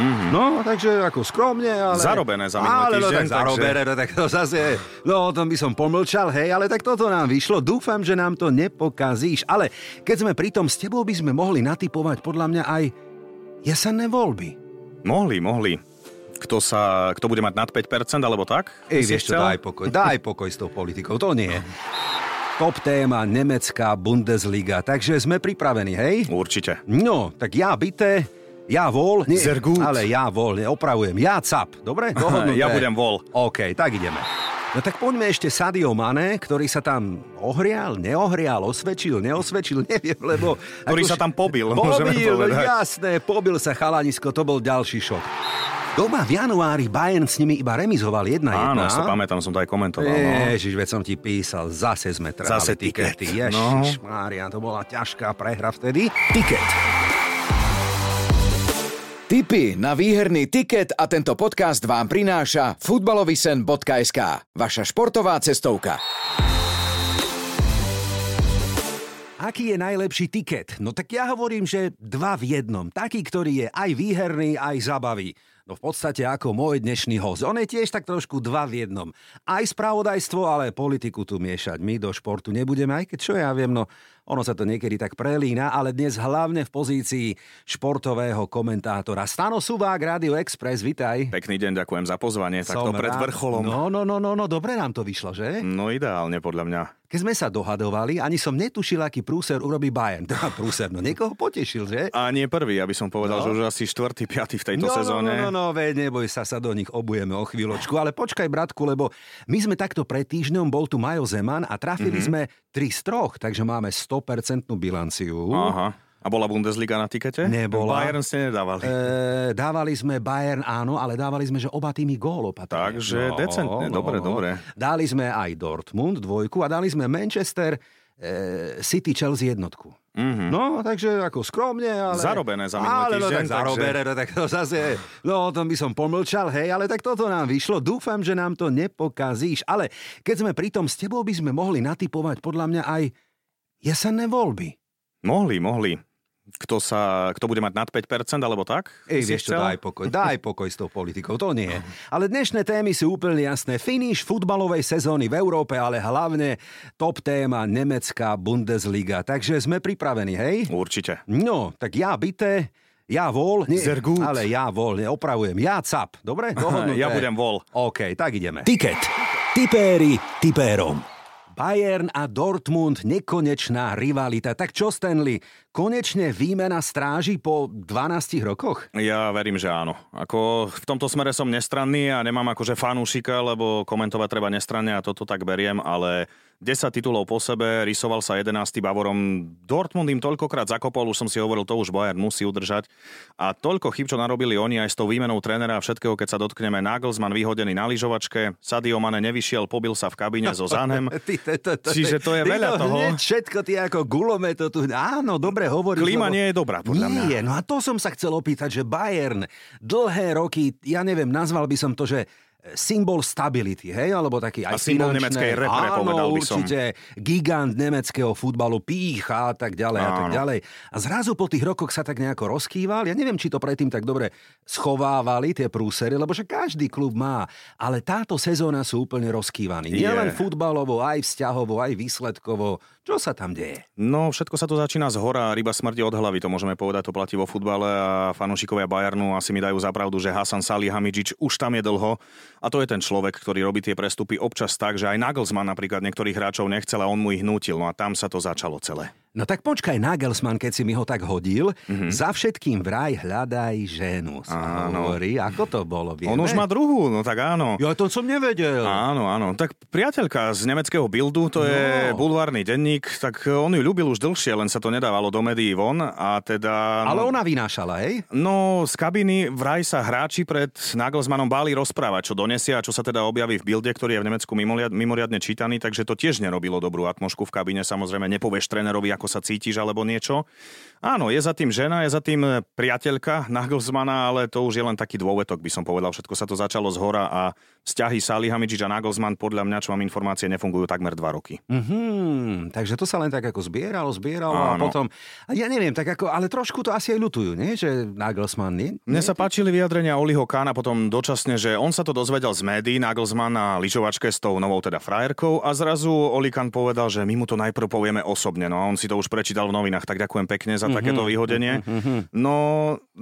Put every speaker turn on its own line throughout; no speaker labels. Mm-hmm. No, takže ako skromne, ale...
Zarobené za minulý
ale,
týždeň,
no, tak
takže-
zarobené, no, tak to zase... No, o tom by som pomlčal, hej, ale tak toto nám vyšlo. Dúfam, že nám to nepokazíš. Ale keď sme pri tom, s tebou by sme mohli natypovať podľa mňa aj jesenné voľby.
Mohli, mohli. Kto, sa, kto bude mať nad 5% alebo tak?
Ej,
Si
vieš čo,
chcel?
daj pokoj. Daj pokoj s tou politikou, to nie. Top téma nemecká Bundesliga, takže sme pripravení, hej?
Určite.
No, tak ja bité, ja vol, nie,
Sehr gut.
ale ja vol, nie, opravujem, ja cap, dobre? Dohodnuté.
Ja budem vol.
OK, tak ideme. No tak poďme ešte Sadio Mane, ktorý sa tam ohrial, neohrial, osvedčil, neosvedčil, neviem, lebo...
Ktorý
ako
sa
už-
tam pobil, môžeme
Pobil,
povedať.
jasné, pobil sa chalanisko, to bol ďalší šok. Doma v januári Bayern s nimi iba remizoval 1-1.
Áno, si to pamätám, som to aj komentoval. No.
Ježiš, veď som ti písal, zase sme trhali
Zase tiket,
tikety.
no.
Ježiš, Mária, to bola ťažká prehra vtedy.
Tiket. Tipy na výherný tiket a tento podcast vám prináša futbalovisen.sk, vaša športová cestovka.
Aký je najlepší tiket? No tak ja hovorím, že dva v jednom. Taký, ktorý je aj výherný, aj zabaví. No v podstate ako môj dnešný host. On je tiež tak trošku dva v jednom. Aj spravodajstvo, ale politiku tu miešať. My do športu nebudeme, aj keď čo ja viem, no ono sa to niekedy tak prelína, ale dnes hlavne v pozícii športového komentátora. Stano Subák, Radio Express, vitaj.
Pekný deň, ďakujem za pozvanie, takto
Som
pred
rád.
vrcholom.
No, no, no, no, no, dobre nám to vyšlo, že?
no ideálne podľa mňa.
Keď sme sa dohadovali, ani som netušil, aký prúser urobí Bayern. Teda prúser, no niekoho potešil, že?
A nie prvý, aby som
No.
povedal, že už asi štvrtý, piatý v tejto
No, no,
sezóne.
no, no, no, veď neboj sa, sa do nich obujeme o chvíľočku, ale počkaj, bratku, lebo my sme takto pred týždňom, bol tu Majo Zeman a trafili
Mhm.
mm-hmm. sme 3 z troch, takže máme 100% bilanciu.
Aha. A bola Bundesliga na tikete?
Nebola.
Bayern ste nedávali.
E, dávali sme Bayern, áno, ale dávali sme, že oba tými gól opatrne.
Takže decentne, dobre, dobre.
Dali sme aj Dortmund dvojku a dali sme Manchester e, City Chelsea jednotku.
Mhm.
No, takže ako skromne, ale...
Zarobené za minulý
Ale no
týždeň,
tak
takže-
zarobené, no tak to zase... No o tom by som pomlčal, hej, ale tak toto nám vyšlo. Dúfam, že nám to nepokazíš. Ale keď sme pri tom, s tebou by sme mohli natypovať podľa mňa aj jesenné voľby.
Mohli, mohli. Kto, sa, kto bude mať nad 5% alebo tak?
Ej,
Si
vieš čo,
chcel?
daj pokoj, daj pokoj s tou politikou, to nie. Ale dnešné témy sú úplne jasné. Finish futbalovej sezóny v Európe, ale hlavne top téma nemecká Bundesliga. Takže sme pripravení, hej?
Určite.
No, tak ja bité, ja vol, nie,
Sehr gut.
ale ja vol, nie, opravujem, ja cap, dobre? Dohodnuté.
Ja budem vol.
OK, tak ideme.
Tiket. Tipéri tipérom.
Bayern a Dortmund, nekonečná rivalita. Tak čo, Stanley, konečne výmena stráži po 12 rokoch?
Ja verím, že áno. Ako v tomto smere som nestranný a nemám akože fanúšika, lebo komentovať treba nestranne a toto tak beriem, ale 10 titulov po sebe, rysoval sa 11. Bavorom. Dortmund im toľkokrát zakopol, už som si hovoril, to už Bayern musí udržať. A toľko chyb, čo narobili oni aj s tou výmenou trénera a všetkého, keď sa dotkneme. Nagelsmann vyhodený na lyžovačke, Sadio Mane nevyšiel, pobil sa v kabíne so Zanem.
Ty, to, to, to,
Čiže to je
ty
veľa toho.
Hneď všetko ty ako gulomet to tu... Áno, dobre hovoríš.
Klíma nie je dobrá, podľa
nie
mňa.
je, no a to som sa chcel opýtať, že Bayern dlhé roky, ja neviem, nazval by som to, že e, symbol stability, hej, alebo taký aj
A symbol
finančné-
nemeckej repre,
Áno,
povedal by som.
určite, gigant nemeckého futbalu, pícha a tak ďalej a tak
Áno.
ďalej. A zrazu po tých rokoch sa tak nejako rozkýval, ja neviem, či to predtým tak dobre schovávali tie prúsery, lebo že každý klub má, ale táto sezóna sú úplne rozkývaní. Nie
Je.
len futbalovo, aj vzťahovo, aj výsledkovo. Čo sa tam deje?
No, všetko sa to začína z hora, ryba smrti od hlavy, to môžeme povedať, to platí vo futbale a fanúšikovia Bayernu asi mi dajú za pravdu, že Hasan Salih Hamidžič už tam je dlho a to je ten človek, ktorý robí tie prestupy občas tak, že aj Nagelsmann napríklad niektorých hráčov nechcel a on mu ich nútil, no a tam sa to začalo celé.
No tak počkaj, Nagelsmann, keď si mi ho tak hodil,
Mhm.
mm-hmm. za všetkým vraj hľadaj ženu, sa
Áno.
hovorí. Ako to bolo, vieme?
On už má druhú, no tak áno.
Ja to som nevedel.
Áno, áno. Tak priateľka z nemeckého Bildu, to je
No.
bulvárny denník, tak on ju ľúbil už dlhšie, len sa to nedávalo do médií von a teda...
Ale ona vynášala, hej?
No, z kabiny vraj sa hráči pred Nagelsmannom báli rozprávať, čo donesia a čo sa teda objaví v bilde, ktorý je v Nemecku mimoriad- mimoriadne čítaný, takže to tiež nerobilo dobrú atmosféru v kabíne. Samozrejme, nepovieš trénerovi, ako sa cítiš alebo niečo. Áno, je za tým žena, je za tým priateľka Nagelsmana, ale to už je len taký dôvetok, by som povedal. Všetko sa to začalo z hora a vzťahy Salihamičič a Nagelsman podľa mňa, čo mám informácie, nefungujú takmer dva roky.
Mhm, takže to sa len tak ako zbieralo, zbieralo a
Áno.
potom... A ja neviem, tak ako, ale trošku to asi aj ľutujú, nie? Že Nagelsmann, nie?
Mne sa páčili vyjadrenia Oliho Kána potom dočasne, že on sa to dozvedel z médií, Nagelsmann na lyžovačke s tou novou teda frajerkou a zrazu Oli Kahn povedal, že my mu to najprv povieme osobne. No a on si to už prečítal v novinách, tak ďakujem pekne za takéto vyhodenie. No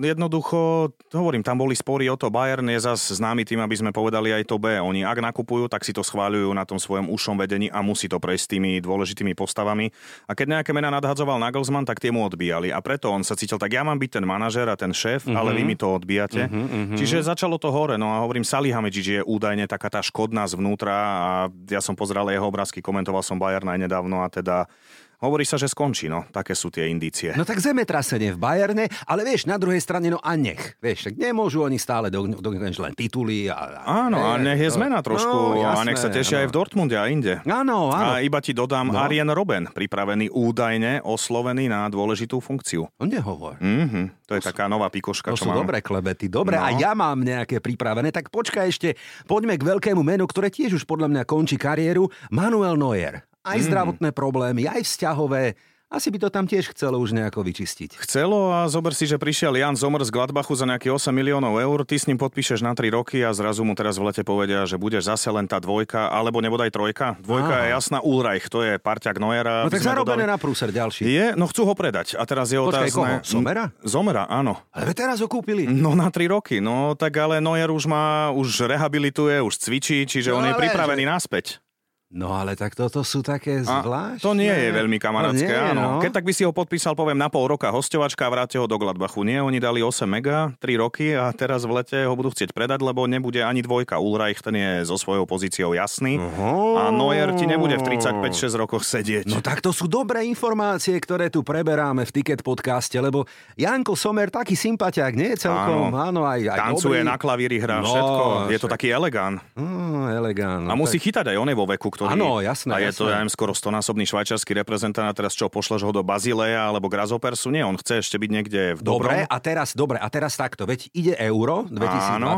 jednoducho, hovorím, tam boli spory o to, Bayern je zas známy tým, aby sme povedali aj to B. Oni ak nakupujú, tak si to schváľujú na tom svojom ušom vedení a musí to prejsť s tými dôležitými postavami. A keď nejaké mená nadhadzoval Nagelsmann, tak tie mu odbíjali. A preto on sa cítil tak, ja mám byť ten manažer a ten šéf, mm-hmm.
Mhm.
ale vy mi to odbíjate. Mm-hmm, mm-hmm. Čiže začalo to hore. No a hovorím, Salihamidzic je údajne taká tá škodná zvnútra a ja som pozeral jeho obrázky, komentoval som Bayern aj nedávno a teda hovorí sa, že skončí. No, také sú tie indície.
No tak zemetrasenie v Bajerne, ale vieš, na druhej strane, no a nech. Vieš, tak nemôžu oni stále do, do, len tituly. A, a,
Áno, a nech je zmena trošku.
No,
a
jasné,
nech sa
áno. No,
tešia aj v Dortmunde a inde.
Áno, áno.
A iba ti dodám no. Arjen Robben, pripravený údajne, oslovený na dôležitú funkciu.
No nehovor.
Mhm, to je taká nová pikoška,
To sú
čo mám.
dobré klebety, dobre.
No.
A ja mám nejaké pripravené, tak počkaj ešte. Poďme k veľkému menu, ktoré tiež už podľa mňa končí kariéru. Manuel Neuer.
Mm.
Aj zdravotné problémy, aj vzťahové. Asi by to tam tiež chcelo už nejako vyčistiť.
Chcelo a zober si, že prišiel Jan Zomer z Gladbachu za nejakých 8 miliónov eur, ty s ním podpíšeš na 3 roky a zrazu mu teraz v lete povedia, že budeš zase len tá dvojka, alebo nebodaj trojka. Dvojka
Aha.
je jasná Ulreich, to je parťak Neuera.
No tak
aby sme
zarobené
dodali.
na prúser ďalší.
Je, no chcú ho predať. A teraz je
Počkaj, koho?
otázne...
Somera?
Zomera, áno.
Ale teraz ho kúpili.
No na 3 roky, no tak ale Neuer už má, už rehabilituje, už cvičí, čiže
No
on je
ale
pripravený naspäť.
No ale tak toto sú také zvláštne.
to nie je veľmi kamarátske,
No nie,
áno.
no.
Keď tak by si ho podpísal, poviem, na pol roka hostovačka a vráte ho do Gladbachu. Nie, oni dali 8 mega, 3 roky a teraz v lete ho budú chcieť predať, lebo nebude ani dvojka. Ulreich, ten je so svojou pozíciou jasný.
Oho.
A Neuer ti nebude v 35-6 rokoch sedieť.
No tak to sú dobré informácie, ktoré tu preberáme v Ticket podcaste, lebo Janko Somer taký sympatiák, nie? Celkom, áno, aj, aj dobrý.
Tancuje, na klavíri hrá,
No,
všetko. Je to
však.
taký elegán.
Mm, elegán.
A musí chytať aj on je vo veku, ktorý...
Áno, jasné,
A je
jasné.
to, ja neviem, skoro stonásobný švajčiarsky reprezentant a teraz čo, pošleš ho do Bazileja alebo Grazopersu? Nie, on chce ešte byť niekde v dobrom.
Dobre, a teraz, dobre, a teraz takto, veď ide euro 2024,
Áno.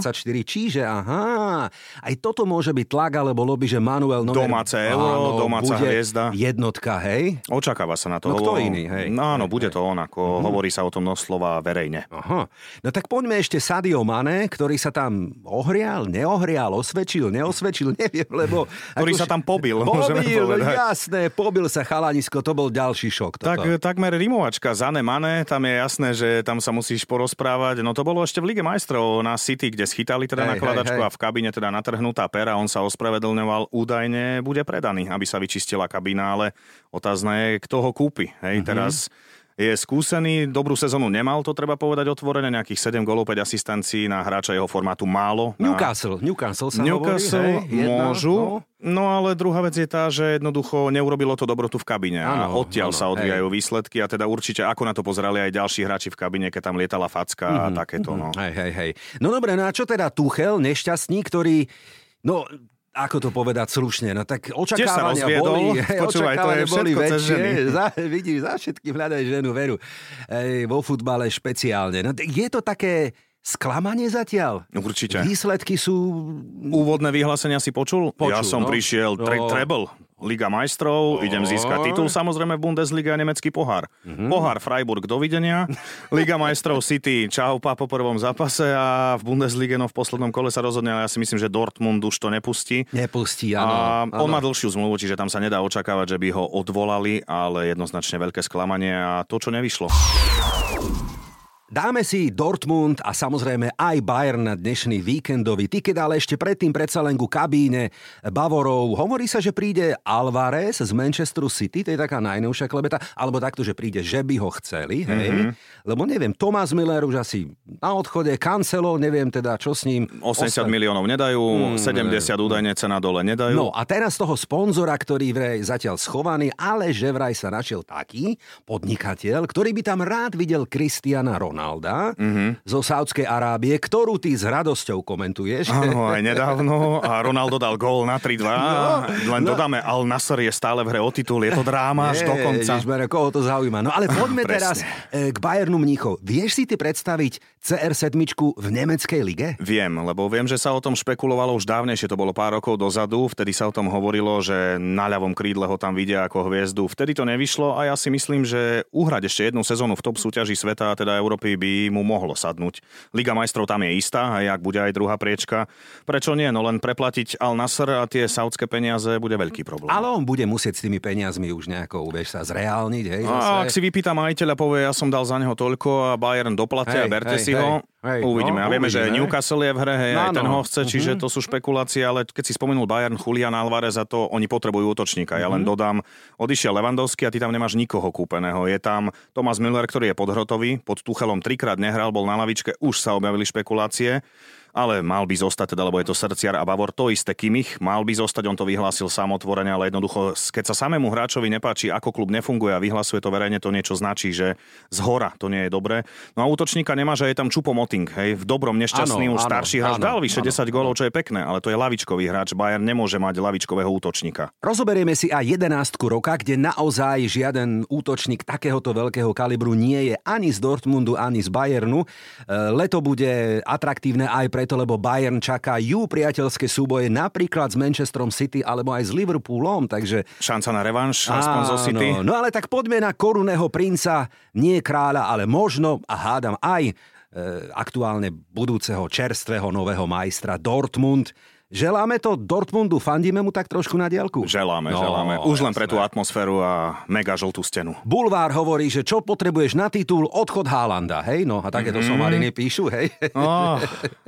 čiže aha, aj toto môže byť tlak alebo lobby, že Manuel Neuer...
Domáce euro, domáca
bude
hviezda.
Jednotka, hej?
Očakáva sa na to.
No kto
hovorí-
iný, hej.
No
Hej,
áno,
Mhm.
bude to on, ako hovorí sa o tom doslova verejne.
Aha. No tak poďme ešte Sadio Mane, ktorý sa tam ohrial, neohrial, osvedčil, neosvedčil, neviem, lebo...
Ktorý
akož-
sa tam pobil, môžeme
Pobil, no
povedať.
jasné, pobil sa chalanisko, to bol ďalší šok. Toto.
Tak e, takmer rimovačka Zane Mane, tam je jasné, že tam sa musíš porozprávať. No to bolo ešte v Lige majstrov na City, kde schytali teda
Hej,
nakladačku
hej,
a
hej.
v kabíne teda natrhnutá pera, on sa ospravedlňoval, údajne bude predaný, aby sa vyčistila kabína, ale otázna je, kto ho kúpi.
Mhm.
Hej, teraz je skúsený, dobrú sezónu nemal, to treba povedať otvorene, nejakých 7 golov, 5 asistencií na hráča jeho formátu málo. Na-
Newcastle, Newcastle sa
Newcastle
hovorí, hej, jedna,
môžu,
no.
no ale druhá vec je tá, že jednoducho neurobilo to dobrotu v kabine a
Áno,
odtiaľ
áno,
sa odvíjajú výsledky a teda určite ako na to pozerali aj ďalší hráči v kabine, keď tam lietala facka
Mhm.
a takéto. No.
Hej, hej, hej. No dobre, no a čo teda Tuchel, nešťastný, ktorý, no ako to povedať slušne, no tak očakávania
rozviedol.
boli, hej,
Počúvaj, to je
očakávania boli
všetko cez
väčšie.
ženy.
Za, vidíš, za všetkým hľadaj ženu, veru. Ej, vo futbale špeciálne. No tak je to také sklamanie zatiaľ?
Určite.
Výsledky sú...
Úvodné vyhlásenia si počul?
Počul,
ja som
no.
prišiel tre-
No.
treble. Liga majstrov, idem získať titul, samozrejme v Bundesliga a nemecký pohár.
Mhm.
Pohár Freiburg, dovidenia. Liga majstrov City, čau pa po prvom zápase a v Bundeslige no v poslednom kole sa rozhodne, ale ja si myslím, že Dortmund už to nepustí.
Nepustí, áno.
A
áno.
on má dlhšiu zmluvu, čiže tam sa nedá očakávať, že by ho odvolali, ale jednoznačne veľké sklamanie a to, čo nevyšlo.
Dáme si Dortmund a samozrejme aj Bayern na dnešný víkendový tiket, ale ešte predtým predsa len ku kabíne Bavorov. Hovorí sa, že príde Alvarez z Manchesteru City, to je taká najnovšia klebeta, alebo takto, že príde, že by ho chceli, hej? Mm-hmm. Lebo neviem, Tomás Miller už asi na odchode, Cancelo, neviem teda, čo s ním.
80
Osta-
miliónov nedajú, 70 údajne cena dole nedajú.
Mm. No a teraz toho sponzora, ktorý vraj zatiaľ schovaný, ale že vraj sa našiel taký podnikateľ, ktorý by tam rád videl Kristiana Ronalda
Mhm.
mm-hmm. zo Sádskej Arábie, ktorú ty s radosťou komentuješ.
Áno, aj nedávno. A Ronaldo dal gól na 3-2. No, Len no. dodáme, Al Nasser je stále v hre o titul. Je to dráma až do konca.
Ježišmere, koho to zaujíma. No ale poďme
Presne.
teraz e, k Bayernu Mníchov. Vieš si ty predstaviť CR7 v nemeckej lige?
Viem, lebo viem, že sa o tom špekulovalo už dávnejšie, to bolo pár rokov dozadu, vtedy sa o tom hovorilo, že na ľavom krídle ho tam vidia ako hviezdu. Vtedy to nevyšlo a ja si myslím, že uhrať ešte jednu sezónu v top súťaži sveta, teda Európy, by mu mohlo sadnúť. Liga majstrov tam je istá, a ak bude aj druhá priečka, prečo nie? No len preplatiť Al Nasser a tie saudské peniaze bude veľký problém.
Ale on bude musieť s tými peniazmi už nejako, vieš, sa zreálniť, hej?
A No, ak
zase.
si vypýta majiteľa, povie, ja som dal za neho toľko a Bayern doplatia,
Hej,
hej, berte
hej,
si ho.
hej, hej.
uvidíme.
No,
a vieme, že
uvidíme.
Newcastle je v hre, hej,
No,
no, aj ten
áno.
ho chce, čiže to sú špekulácie, ale keď si spomenul Bayern, Julian Alvarez a to, oni potrebujú útočníka. Ja len dodám, odišiel Levandovský a ty tam nemáš nikoho kúpeného. Je tam Thomas Müller, ktorý je podhrotový, pod Tuchelom trikrát nehral, bol na lavičke, už sa objavili špekulácie ale mal by zostať, teda, lebo je to srdciar a Bavor, to isté Kimich, mal by zostať, on to vyhlásil samotvorene, ale jednoducho, s- keď sa samému hráčovi nepáči, ako klub nefunguje a vyhlasuje to verejne, to niečo značí, že z hora to nie je dobré. No a útočníka nemá, že je tam Čupomoting, hej, v dobrom, nešťastný,
Áno,
už
áno,
starší hráč,
áno,
dal vyše
áno.
10 golov, čo je pekné, ale to je lavičkový hráč, Bayern nemôže mať lavičkového útočníka.
Rozoberieme si aj jedenástku roka, kde naozaj žiaden útočník takéhoto veľkého kalibru nie je ani z Dortmundu, ani z Bayernu. E, Leto bude atraktívne aj preto, lebo Bayern čaká ju priateľské súboje napríklad s Manchesterom City alebo aj s Liverpoolom, takže...
Šanca na revanš, aspoň zo City.
Áno, no ale tak poďme na korunného princa, nie kráľa, ale možno, a hádam aj e, aktuálne budúceho čerstvého nového majstra Dortmund. Želáme to Dortmundu, fandíme mu tak trošku na diálku?
Želáme,
No,
želáme. Už len pre
jasné.
tú atmosféru a mega žltú stenu.
Bulvár hovorí, že čo potrebuješ na titul, odchod Hálanda, hej? No a
Mhm.
takéto mm-hmm. somariny píšu, hej?
Oh,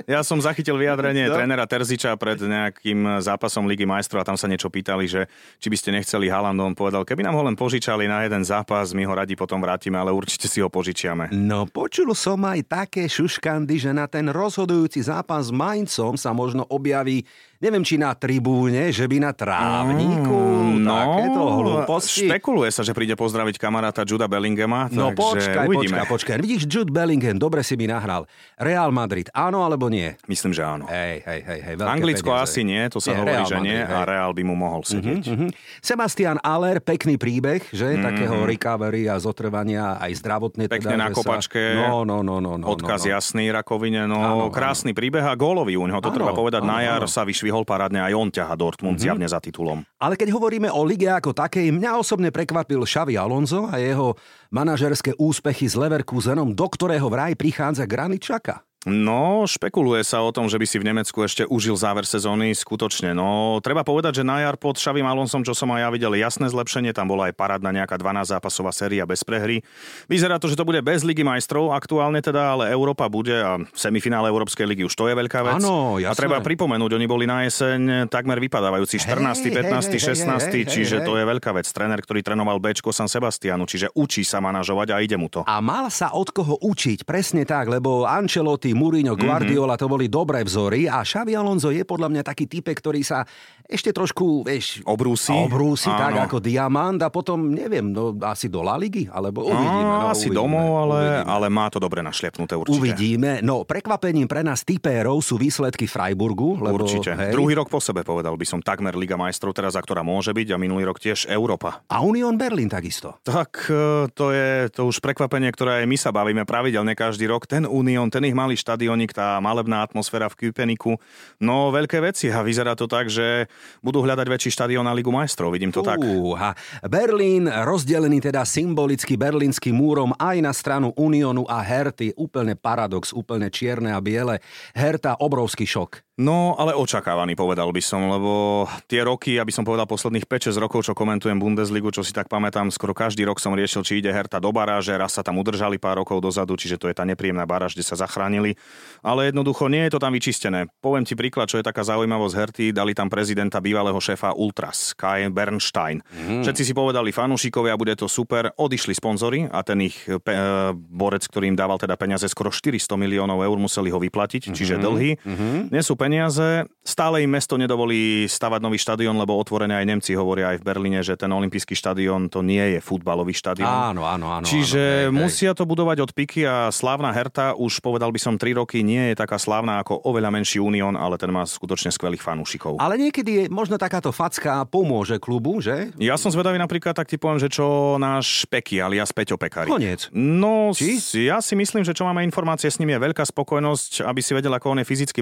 ja som zachytil vyjadrenie no. trénera Terziča pred nejakým zápasom Ligy majstrov a tam sa niečo pýtali, že či by ste nechceli Haaland, on povedal, keby nám ho len požičali na jeden zápas, my ho radi potom vrátime, ale určite si ho požičiame.
No počul som aj také šuškandy, že na ten rozhodujúci zápas s Maincom sa možno objaví, neviem či na tribúne, že by na trávniku, mm, no, takéto hlúposti.
špekuluje sa, že príde pozdraviť kamaráta Juda Bellingema,
No
takže
počkaj,
uvidíme.
počkaj, počkaj. Vidíš, Jude Bellingham, dobre si mi nahral. Real Madrid, áno alebo nie?
Myslím, že áno.
Hej, hej, hej, hej, E, veľké
Anglicko
peniaze.
asi nie, to sa
Nie,
hovorí,
Real
že nie
Madrid, hej.
a Real by mu mohol sedieť.
Mhm. Sebastian Aller, pekný príbeh, že? Mm-hmm. Takého recovery a zotrvania, aj zdravotne.
Mhm. Pekne
teda,
na
že
kopačke.
Sa... No, no, no, no, no.
Odkaz
no, no.
jasný Rakovine, no
Áno,
áno, krásny áno. príbeh a gólový u neho, to
Áno,
áno, treba povedať, áno, na
áno,
jar
áno. Mhm.
áno. sa vyšvihol parádne, aj on ťaha Dortmund mm-hmm. zjavne za titulom.
Ale keď hovoríme o lige ako takej, mňa osobne prekvapil Xavi Alonso a jeho manažerské úspechy s Leverkusenom, do ktorého vraj prichádza Granit Xhaka.
No, špekuluje sa o tom, že by si v Nemecku ešte užil záver sezóny, skutočne. No, treba povedať, že na jar pod Šavim Alonsom, čo som aj ja videl, jasné zlepšenie, tam bola aj parádna nejaká 12 zápasová séria bez prehry. Vyzerá to, že to bude bez Ligy majstrov aktuálne teda, ale Európa bude a semifinále Európskej ligy už to je veľká vec.
Áno,
a
jasné.
treba pripomenúť, oni boli na jeseň takmer vypadávajúci
Hej,
14.,
hej, hej,
15.,
hej, hej,
16.,
hej,
čiže
hej.
to je veľká vec. Tréner, ktorý trénoval Bčko San Sebastianu, čiže učí sa manažovať a ide mu to.
A mal sa od koho učiť, presne tak, lebo Ancelotti,
Mhm.
Mourinho, Guardiola to boli dobré vzory a Xavi Alonso je podľa mňa taký typek, ktorý sa ešte trošku, vieš,
Obrúsi.
obrúsi
Áno.
tak ako diamant a potom, neviem, no, asi do La Ligy, alebo uvidíme. No,
No, asi
uvidíme,
domov, ale,
Uvidíme.
ale má to dobre našliapnuté určite.
Uvidíme. No, prekvapením pre nás typérov sú výsledky Freiburgu, lebo...
Určite.
Hej,
Druhý rok po sebe povedal by som takmer Liga majstrov teraz, a ktorá môže byť a minulý rok tiež Európa.
A Union Berlin takisto.
Tak e, to je to už prekvapenie, ktoré aj my sa bavíme pravidelne každý rok. Ten Unión, ten ich malý štadionik, tá malebná atmosféra v Kúpeniku. No veľké veci a vyzerá to tak, že budú hľadať väčší štadión na Ligu majstrov. Vidím to tak.
Fúha. Berlín, rozdelený teda symbolicky berlínskym múrom aj na stranu Uniónu a Herty. Úplne paradox, úplne čierne a biele. Herta, obrovský šok.
No, ale očakávaný, povedal by som, lebo tie roky, aby som povedal posledných 5-6 rokov, čo komentujem Bundesligu, čo si tak pamätám, skoro každý rok som riešil, či ide Herta do baráže, raz sa tam udržali pár rokov dozadu, čiže to je tá nepríjemná baráž, kde sa zachránili. Ale jednoducho nie je to tam vyčistené. Poviem ti príklad, čo je taká zaujímavosť Herty, dali tam prezidenta bývalého šéfa Ultras, Kai Bernstein.
Mhm.
Mm. Všetci si povedali fanúšikovia, bude to super, odišli sponzory a ten ich pe- e,
Mhm.
borec, ktorý im dával teda peniaze, skoro 400 miliónov eur museli ho vyplatiť, čiže dlhy. Mm-hmm. Nie sú peniaze. Stále im mesto nedovolí stavať nový štadión, lebo otvorené aj Nemci hovoria aj v Berlíne, že ten olympijský štadión to nie je futbalový štadión.
Áno, áno, áno. áno,
Čiže
hej, hej.
musia to budovať od piky a slávna Herta už povedal by som 3 roky nie je taká slávna ako oveľa menší Unión, ale ten má skutočne skvelých fanúšikov.
Ale niekedy je možno takáto facka pomôže klubu, že?
Ja som zvedavý napríklad, tak ti poviem, že čo náš Peky, alias Peťo Pekari.
Koniec.
No,
Či?
s- ja si myslím, že čo máme informácie s ním je veľká spokojnosť, aby si vedel, ako on je fyzicky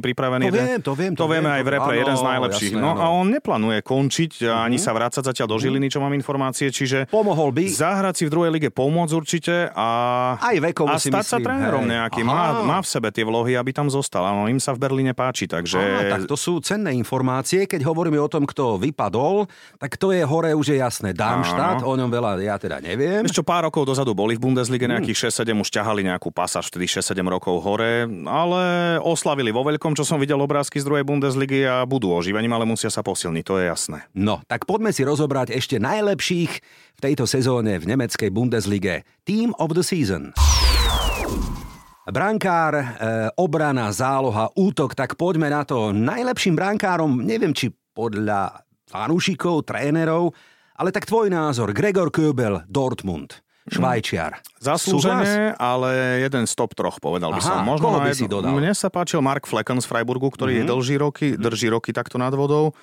To
pripravený. Jeden-
viem, to viem,
To,
to
vieme
viem,
aj v
to-
repre,
áno,
jeden z najlepších.
jasné,
no
áno. Mhm.
a on neplánuje končiť a ani sa vrácať zatiaľ do Žiliny, čo mám informácie, čiže
Pomohol by.
zahrať si v druhej lige pomôcť určite a,
Aj vekovo
a
si
stať sa
myslím,
trénerom
hej.
nejakým.
Aha.
Má, má, v sebe tie vlohy, aby tam zostal. Áno, im sa v Berlíne páči, takže...
Á, tak to sú cenné informácie. Keď hovoríme o tom, kto vypadol, tak to je hore už je jasné. Darmstadt, o ňom veľa ja teda neviem.
Ešte pár rokov dozadu boli v Bundeslige, nejakých 6-7 už ťahali nejakú pasáž, vtedy 6-7 rokov hore, ale oslavili vo veľkom, čo som videl obrázky z druhej Bundesligy a budú oživením, ale musia sa posilniť, to je jasné.
No, tak poďme si rozobrať ešte najlepších v tejto sezóne v nemeckej Bundeslige. Team of the season. Brankár, e, obrana, záloha, útok, tak poďme na to. Najlepším brankárom, neviem či podľa fanúšikov, trénerov, ale tak tvoj názor, Gregor Köbel, Dortmund, Švajčiar. Súhlas?
Mhm. Zaslúžené, ale jeden z top troch, povedal by
Aha,
som. Možno
koho by
na
si
jedno-
dodal? Mhm.
Mne sa páčil Mark Flecken z Freiburgu, ktorý mm-hmm. drží, roky, drží roky takto nad vodou.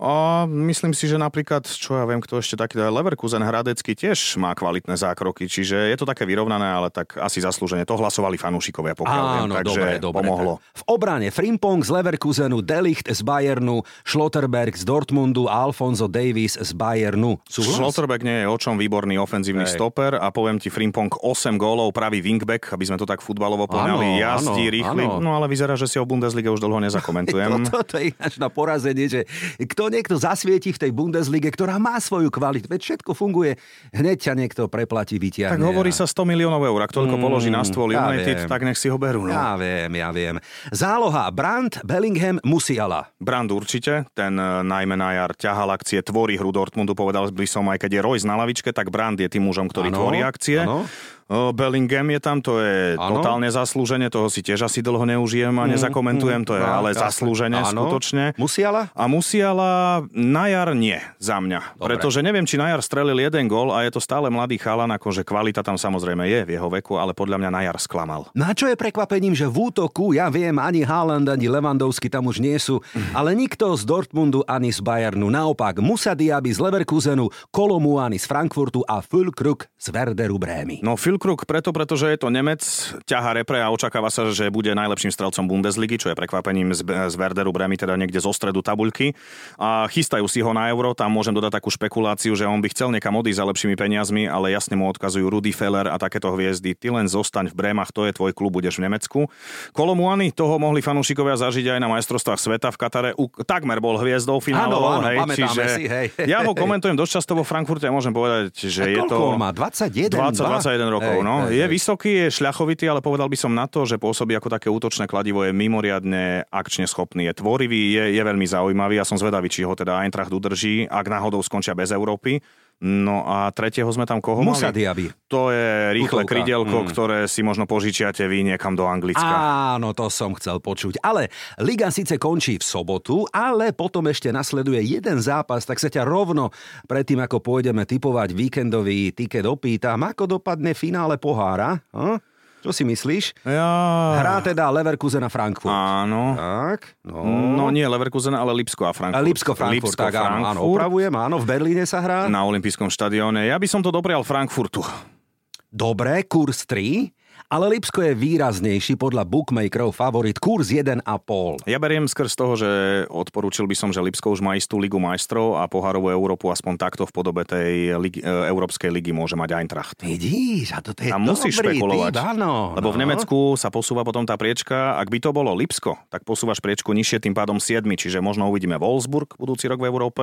A myslím si, že napríklad, čo ja viem, kto ešte taký, Leverkusen Hradecký tiež má kvalitné zákroky, čiže je to také vyrovnané, ale tak asi zaslúžene. To hlasovali fanúšikovia, pokiaľ viem,
Áno,
takže
dobre, dobre.
pomohlo.
Tak. V obrane Frimpong z Leverkusenu, Delicht z Bayernu, Schlotterberg z Dortmundu a Alfonso Davies z Bayernu. Súhlas?
Schlotterbeck nie je o čom výborný ofenzívny
Hej.
stoper a poviem ti Frimpong 8 gólov, pravý wingback, aby sme to tak futbalovo
Áno,
poňali, jazdí
áno,
rýchly,
áno.
no ale vyzerá, že si ho v Bundeslige už dlho nezakomentujem.
Toto je ináč na porazenie, že kto niekto zasvieti v tej Bundeslige, ktorá má svoju kvalitu, veď všetko funguje, hneď ťa niekto preplatí, vyťahne.
Tak hovorí
a-
sa 100 miliónov eur, ak toľko položí na stôl
Mm, ja
United,
viem.
tak nech si ho berú. No.
Ja viem, ja viem. Záloha Brandt, Bellingham, Musiala.
Brand určite, ten e, najmä na jar ťahal akcie, tvorí hru Dortmundu, povedal by som, aj keď je Royce na lavičke, tak Brand je tým mužom, ktorý
Áno,
tvorí akcie.
áno.
E, Bellingham je tam, to je
Áno. Mm,
totálne zaslúženie, toho si tiež asi dlho neužijem a nezakomentujem, to je
no,
ale
jasné.
zaslúženie
Áno.
skutočne.
Musiala?
A Musiala na jar nie, za
Dobre.
mňa. Dobre. Pretože neviem, či na jar strelil jeden gól a je to stále mladý chalan, akože kvalita tam samozrejme je v jeho veku, ale podľa mňa na jar sklamal.
No a čo je prekvapením, že v útoku, ja viem, ani Haaland, ani Lewandowski tam už nie sú, ale nikto z Dortmundu ani z Bayernu. Naopak, Musa Diaby z Leverkusenu, Kolomuani z Frankfurtu a Füllkrug z Werderu Brémy.
No Filkruk preto, pretože je to Nemec, ťaha repre a očakáva sa, že bude najlepším strelcom Bundesligy, čo je prekvapením z, z Werderu Bremy, teda niekde zo stredu tabuľky. A chystajú si ho na euro, tam môžem dodať takú špekuláciu, že on by chcel niekam odísť za lepšími peniazmi, ale jasne mu odkazujú Rudy Feller a takéto hviezdy. Ty len zostaň v Brémach, to je tvoj klub, budeš v Nemecku. Kolomuany, toho mohli fanúšikovia zažiť aj na majstrovstvách sveta v Katare. U, takmer bol
Áno,
hviezdou finálovou.
áno,
hej,
pamätáme
čiže
si, hej.
Ja ho komentujem dosť často vo Frankfurte a môžem povedať, že
A
je
koľko
to...
on má? 21?
20-21
dva?
rokov,
Hej,
no.
hej,
Je
hej.
vysoký, je šľachovitý, ale povedal by som na to, že pôsobí ako také útočné kladivo, je mimoriadne akčne schopný, je tvorivý, je, je veľmi zaujímavý. Ja som zvedavý, či ho teda Eintracht udrží, ak náhodou skončia bez Európy. No a tretieho sme tam koho
Musa
mali?
Diaby.
To je
Tutovka.
rýchle
Mm.
krydielko, ktoré si možno požičiate vy niekam do Anglicka.
Áno, to som chcel počuť. Ale liga síce končí v sobotu, ale potom ešte nasleduje jeden zápas, tak sa ťa rovno predtým, ako pôjdeme typovať víkendový tiket, opýtam, ako dopadne finále pohára. Hm? Čo si myslíš?
Ja...
Hrá teda Leverkusen a Frankfurt.
Áno.
Tak, no.
No nie Leverkusen, ale Lipsko a Frankfurt.
Lipsko-Frankfurt, tak áno, áno,
Frankfurt Mm.
opravujem, áno, v Berlíne sa hrá.
na olympijskom štadióne. Ja by som to doprial Frankfurtu.
Dobre, kurz 3, ale Lipsko je výraznejší podľa bookmakerov favorit, kurz 1,5.
Ja beriem skrz toho, že odporúčil by som, že Lipsko už má istú Ligu majstrov a pohárovú Európu aspoň takto v podobe tej ligy, e, Európskej ligy môže mať Eintracht.
Vidíš, a to je
Tam musíš
dobrý
špekulovať,
Typ, áno,
lebo
no.
v Nemecku sa posúva potom tá priečka, ak by to bolo Lipsko, tak posúvaš priečku nižšie, tým pádom 7, čiže možno uvidíme Wolfsburg budúci rok v Európe,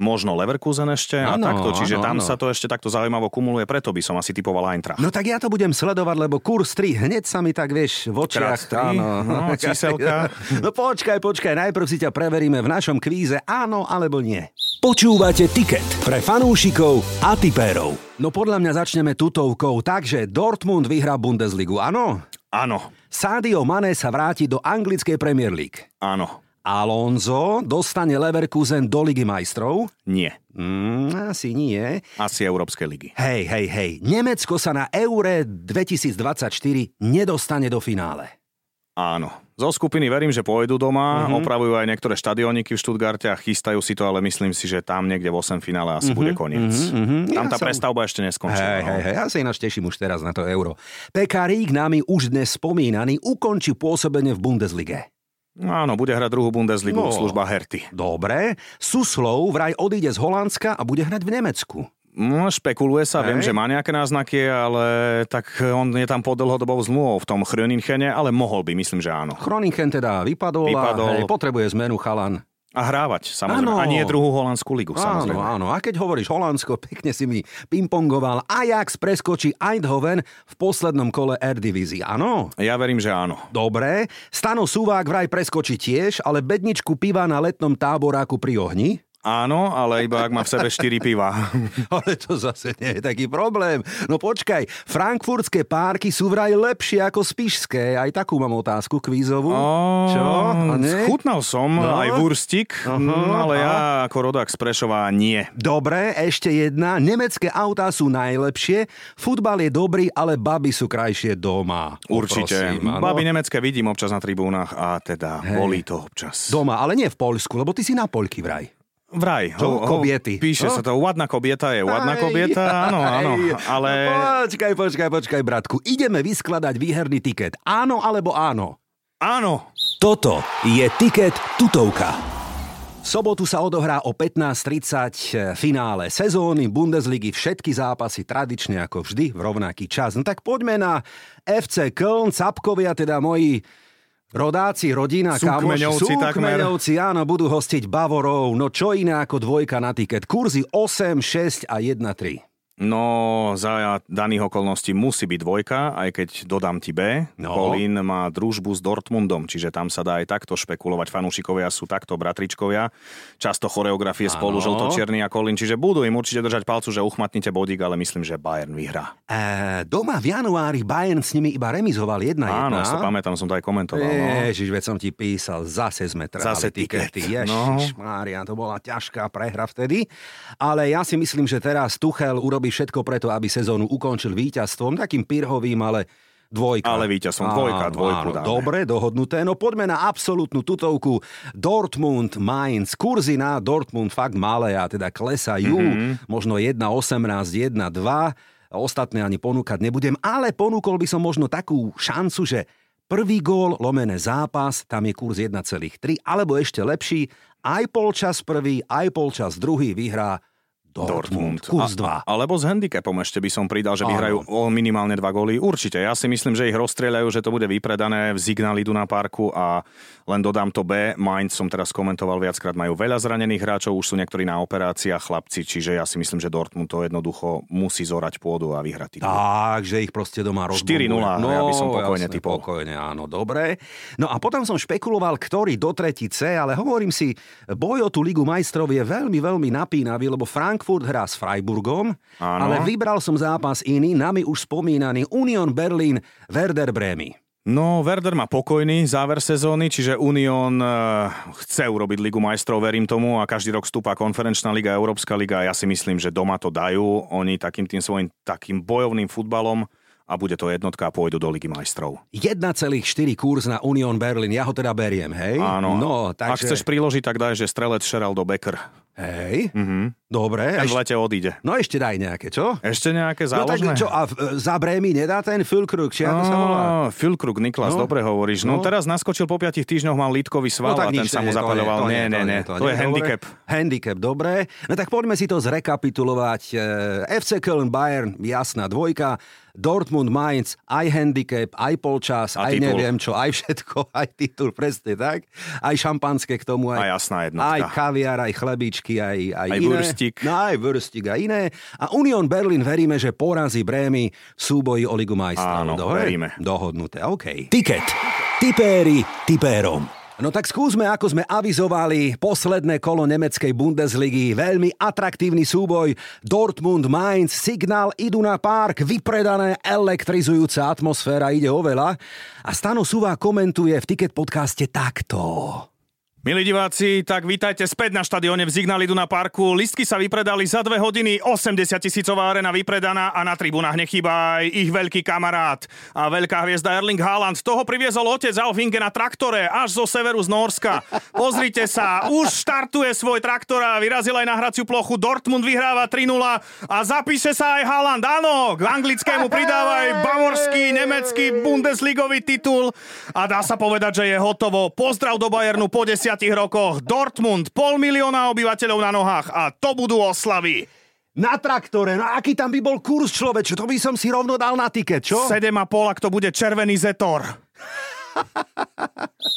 možno Leverkusen ešte a
Áno,
takto, čiže
áno,
tam
áno.
sa to ešte takto zaujímavo kumuluje, preto by som asi typoval Eintracht.
No tak ja to budem sledovať, lebo kurz 3 hneď sa mi tak, vieš, v očiach.
Krát tri, no, číselka.
No počkaj, počkaj, najprv si ťa preveríme v našom kvíze áno alebo nie. Počúvate tiket pre fanúšikov a tipérov. No podľa mňa začneme tutovkou, takže Dortmund vyhrá Bundesligu, áno?
Áno,
Sadio Mane sa vráti do anglickej Premier League.
áno.
Alonso dostane Leverkusen do Ligy majstrov?
Nie.
Mm, asi nie.
Asi Európskej ligy.
Hej, hej, hej. Nemecko sa na Eure 2024 nedostane do finále.
Áno. Zo skupiny verím, že pôjdu
Mhm.
doma, mm-hmm. opravujú aj niektoré štadióniky v Štutgarte a chystajú si to, ale myslím si, že tam niekde v 8 finále asi mm-hmm. bude koniec.
mhm,
Mm-hmm. Tam
ja
tá
sa-
prestavba ešte neskončila.
Hej,
no.
hej, hej, ja sa ináč teším už teraz na to euro. Pekarík nami už dnes spomínaný ukončí pôsobenie v Bundeslige.
Áno, bude hrať druhú Bundesligu
No.
v služba Herty.
Dobre, Suslov vraj odíde z Holandska a bude hrať v Nemecku.
No, špekuluje sa, viem,
Hej.
že má nejaké náznaky, ale tak on je tam pod dlhodobou zmluvou v tom Chröninchene, ale mohol by, myslím, že áno.
Chronichen teda vypadol,
Vypadol.
a hej, potrebuje zmenu chalan.
A hrávať, samozrejme.
Áno.
A nie druhú holandskú ligu,
Áno,
samozrejme.
áno. A keď hovoríš Holandsko, pekne si mi pingpongoval. Ajax preskočí Eindhoven v poslednom kole R-Divízii. Áno?
Ja verím, že áno.
Dobre. Stano Suvák vraj preskočí tiež, ale bedničku piva na letnom táboráku pri ohni.
Áno, ale iba ak má v sebe 4 piva.
Ale to zase nie je taký problém. No počkaj, frankfurtské párky sú vraj lepšie ako spišské. Aj takú mám otázku kvízovú. Čo? A nie?
Chutnal som
No.
aj vurstik, ale ja ako rodák z Prešova nie.
Dobre, ešte jedna. Nemecké autá sú najlepšie, futbal je dobrý, ale baby sú krajšie doma. Poprosím,
Určite.
No, áno.
Babi nemecké vidím občas na tribúnach a teda bolí to občas.
Doma, ale nie v Poľsku, lebo ty si na Poľky vraj.
Vraj.
Čo? Kobiety.
Píše
No.
sa to, ładná kobieta je ładná
Aj,
kobieta, áno, áno,
aj.
ale...
No, počkaj, počkaj, počkaj, bratku. Ideme vyskladať výherný tiket. Áno alebo áno?
Áno,
Toto je tiket tutovka. V sobotu sa odohrá o 15.30 finále sezóny Bundesligy všetky zápasy tradične ako vždy v rovnaký čas. No tak poďme na FC Köln, Capkovia, teda moji rodáci, rodina, kamoši,
Súkmeňovci takmer.
súkmeňovci, áno, budú hostiť Bavorov. No čo iné ako dvojka na tiket. Kurzy 8, 6 a 1, 3.
No, za daných okolností musí byť dvojka, aj keď dodám ti B.
No.
No. Kolín má družbu s Dortmundom, čiže tam sa dá aj takto špekulovať. Fanúšikovia sú takto bratričkovia. Často choreografie spolu
Áno.
žltočierny a Kolín, čiže budú im určite držať palcu, že uchmatnite bodík, ale myslím, že Bayern vyhrá.
E, doma v januári Bayern s nimi iba remizoval 1-1.
Áno, ja si to pamätám, som to aj komentoval. No.
Ježiš, veď som ti písal, zase sme trhali
Zase tiket,
tikety.
no.
Ježiš, Mária, to bola ťažká prehra vtedy. Ale ja si myslím, že teraz Tuchel urobí všetko preto, aby sezónu ukončil víťazstvom, takým pirhovým, ale dvojka.
Ale víťazstvom, dvojka, dvojku dáme.
Dobre, dohodnuté. No poďme na absolútnu tutovku. Dortmund, Mainz, kurzy na Dortmund fakt malé a teda klesajú. Mm-hmm. Možno 1,18, 1,2. Ostatné ani ponúkať nebudem, ale ponúkol by som možno takú šancu, že prvý gól, lomené zápas, tam je kurz 1,3, alebo ešte lepší, aj polčas prvý, aj polčas druhý vyhrá Dortmund. Dortmund. Kurz 2.
A, alebo s handicapom ešte by som pridal, že
Áno.
vyhrajú o minimálne dva góly. Určite, ja si myslím, že ich rozstrieľajú, že to bude vypredané v Signal idú na parku a len dodám to B. Mainz som teraz komentoval viackrát, majú veľa zranených hráčov, už sú niektorí na operáciách chlapci, čiže ja si myslím, že Dortmund to jednoducho musí zorať pôdu a vyhrať. ich.
Takže ich proste doma rozbombuje.
4:0, ja by som pokojne
jasné,
typol.
Pokojne, áno, dobre. No a potom som špekuloval, ktorý do tretice, ale hovorím si, boj o tú Ligu majstrov je veľmi, veľmi napínavý, lebo Frankfurt hrá s Freiburgom,
Áno.
ale vybral som zápas iný, nami už spomínaný Union Berlin, Werder Bremy.
No, Werder má pokojný záver sezóny, čiže Unión e, chce urobiť Ligu majstrov, verím tomu, a každý rok vstúpa konferenčná liga, Európska liga, a ja si myslím, že doma to dajú, oni takým tým svojim takým bojovným futbalom a bude to jednotka a pôjdu do Ligy majstrov.
1,4 kurz na Union Berlin, ja ho teda beriem, hej?
Áno,
No,
ak
takže...
chceš priložiť, tak daj, že strelec Sheraldo Becker.
Hej,
Mhm.
dobre.
Ten v
Ešte...
lete odíde.
No ešte daj nejaké, čo?
Ešte nejaké
No tak
záložné?
čo, a v- za Brémy nedá ten Fülkrug, či ako sa volá?
Á, Fülkrug Niklas,
No.
dobre hovoríš. No,
No.
teraz naskočil po 5 týždňoch, mal lítkový sval a ten sa
nie, No,
mu
to
zapaľoval.
nie,
Nie, nie, nie, to je
Dobre.
handicap.
Handicap, dobre. No tak poďme si to zrekapitulovať. Eh, FC Köln, Bayern, jasná dvojka. Dortmund, Mainz, aj handicap, aj polčas,
A
aj
titul.
neviem čo, aj všetko, aj titul, presne tak. Aj šampanské k tomu, aj,
A jasná jednotka.
aj kaviár, aj chlebičky, aj, aj,
Aj
iné.
wurstik.
No aj vrstik a iné. A Union Berlin veríme, že porazí Brémy v súboji o Ligu majstrov.
Áno,
Dobre?
veríme.
Dohodnuté, OK. Tiket. Tipéri tipérom. No tak skúsme, ako sme avizovali, posledné kolo nemeckej Bundesligy. Veľmi atraktívny súboj. Dortmund, Mainz, Signal, idú na park, vypredané, elektrizujúca atmosféra, ide oveľa. A Stano Suva komentuje v Ticket podcaste takto.
Milí diváci, tak vítajte späť na štadióne v Signalidu na parku. Listky sa vypredali za dve hodiny, 80 tisícová arena vypredaná a na tribunách nechýba aj ich veľký kamarát. A veľká hviezda Erling Haaland, toho priviezol otec Alfinge na traktore až zo severu z Norska. Pozrite sa, už štartuje svoj traktor a vyrazil aj na hraciu plochu. Dortmund vyhráva 3-0 a zapíše sa aj Haaland. Áno, k anglickému pridáva aj bavorský, nemecký, bundesligový titul a dá sa povedať, že je hotovo. Pozdrav do Bayernu po 10 30 rokoch Dortmund, pol milióna obyvateľov na nohách a to budú oslavy.
Na traktore, no aký tam by bol kurz človeče, to by som si rovno dal na tiket, čo?
7,5, ak to bude červený zetor.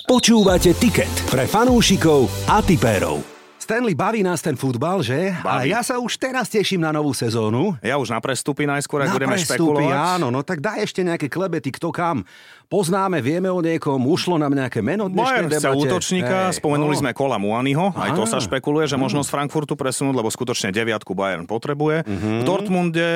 Počúvate tiket pre fanúšikov a tipérov. Stanley, baví nás ten futbal, že? A
Baví.
ja sa už teraz teším na novú sezónu.
Ja už na prestupy najskôr, ak
Na
budeme
prestupy,
špekulovať.
Áno, no tak daj ešte nejaké klebety, kto kam. Poznáme, vieme o niekom, ušlo nám nejaké meno v dnešnej
Majer chce
debate.
útočníka,
Hej,
spomenuli
no.
sme kola Muaniho, aj to
Á.
sa špekuluje, že možno z Frankfurtu presunúť, lebo skutočne deviatku Bayern potrebuje. V Dortmunde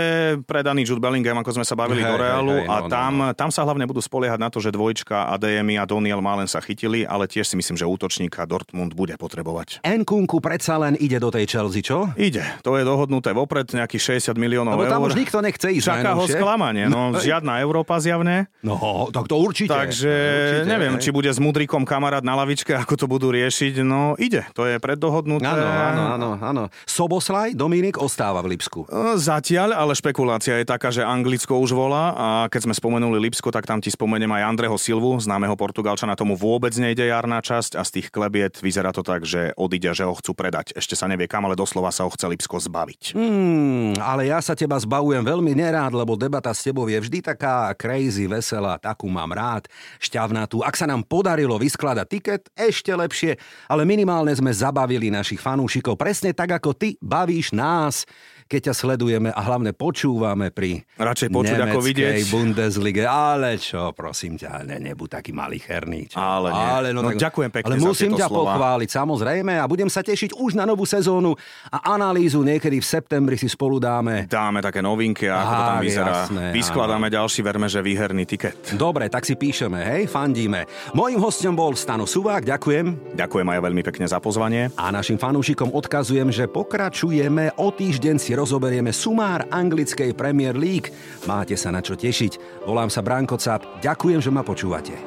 predaný Jude Bellingham, ako sme sa bavili
Mhm. Hej,
do
hej,
Realu
hej, no,
a
no,
tam, tam sa hlavne budú spoliehať na to, že dvojčka Ademi a Doniel Malen sa chytili, ale tiež si myslím, že útočníka Dortmund bude potrebovať.
Nkunku predsa len ide do tej Chelsea, čo?
Ide, to je dohodnuté vopred, nejakých 60 miliónov
Lebo
eur.
tam už nikto nechce ísť
Čaká ho
najnovšie.
sklamanie, no žiadna Európa zjavne.
No, tak to určite.
Takže
No, Určite,
neviem,
hej.
či bude s Mudrikom kamarát na lavičke, ako to budú riešiť. No ide, to je preddohodnuté.
Áno, áno, áno, áno. Soboslaj Dominik ostáva v Lipsku.
E, Zatiaľ, ale špekulácia je taká, že Anglicko už volá a keď sme spomenuli Lipsko, tak tam ti spomeniem aj Andreho Silvu, známeho Portugalčana, tomu vôbec nejde jarná časť a z tých klebiet vyzerá to tak, že odíde, že ho chcú predať. Ešte sa nevie kam, ale doslova sa ho chce Lipsko zbaviť.
Hmm, ale ja sa teba zbavujem veľmi nerád, lebo debata s tebou je vždy taká crazy, veselá, takú mám rád, šťavnatú. Ak sa nám podarilo vyskladať tiket, ešte lepšie, ale minimálne sme zabavili našich fanúšikov, presne tak, ako ty bavíš nás, keď ťa sledujeme a hlavne počúvame pri
Radšej počuť ako
nemeckej
vidieť.
Bundeslige. Ale čo, prosím ťa, ne, nebuď taký malicherný. Čo?
Ale nie. No, ďakujem pekne
Ale
za
musím
tieto
ťa
slova.
pochváliť pochváliť, samozrejme, a budem sa tešiť už na novú sezónu a analýzu niekedy v septembri si spolu dáme.
dáme také novinky a ako to tam
Á,
vyzerá.
jasné,
Vyskladáme ďalší, verme, že výherný tiket.
Dobre, tak si píšeme, hej, fandíme. Mojím hostom bol Stano Suvák, ďakujem.
Ďakujem aj veľmi pekne za pozvanie.
A našim fanúšikom odkazujem, že pokračujeme, o týždeň si rozoberieme sumár anglickej Premier League. Máte sa na čo tešiť. Volám sa Branko Cap, ďakujem, že ma počúvate.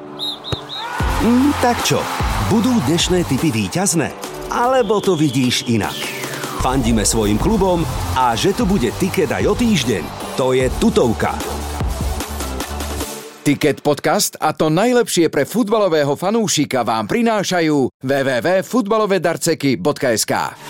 Mm, tak čo, budú dnešné typy výťazné? Alebo to vidíš inak? Fandíme svojim klubom a že tu bude tiket aj o týždeň, to je tutovka.
Ticket Podcast a to najlepšie pre futbalového fanúšika vám prinášajú www.futbalovedarceky.sk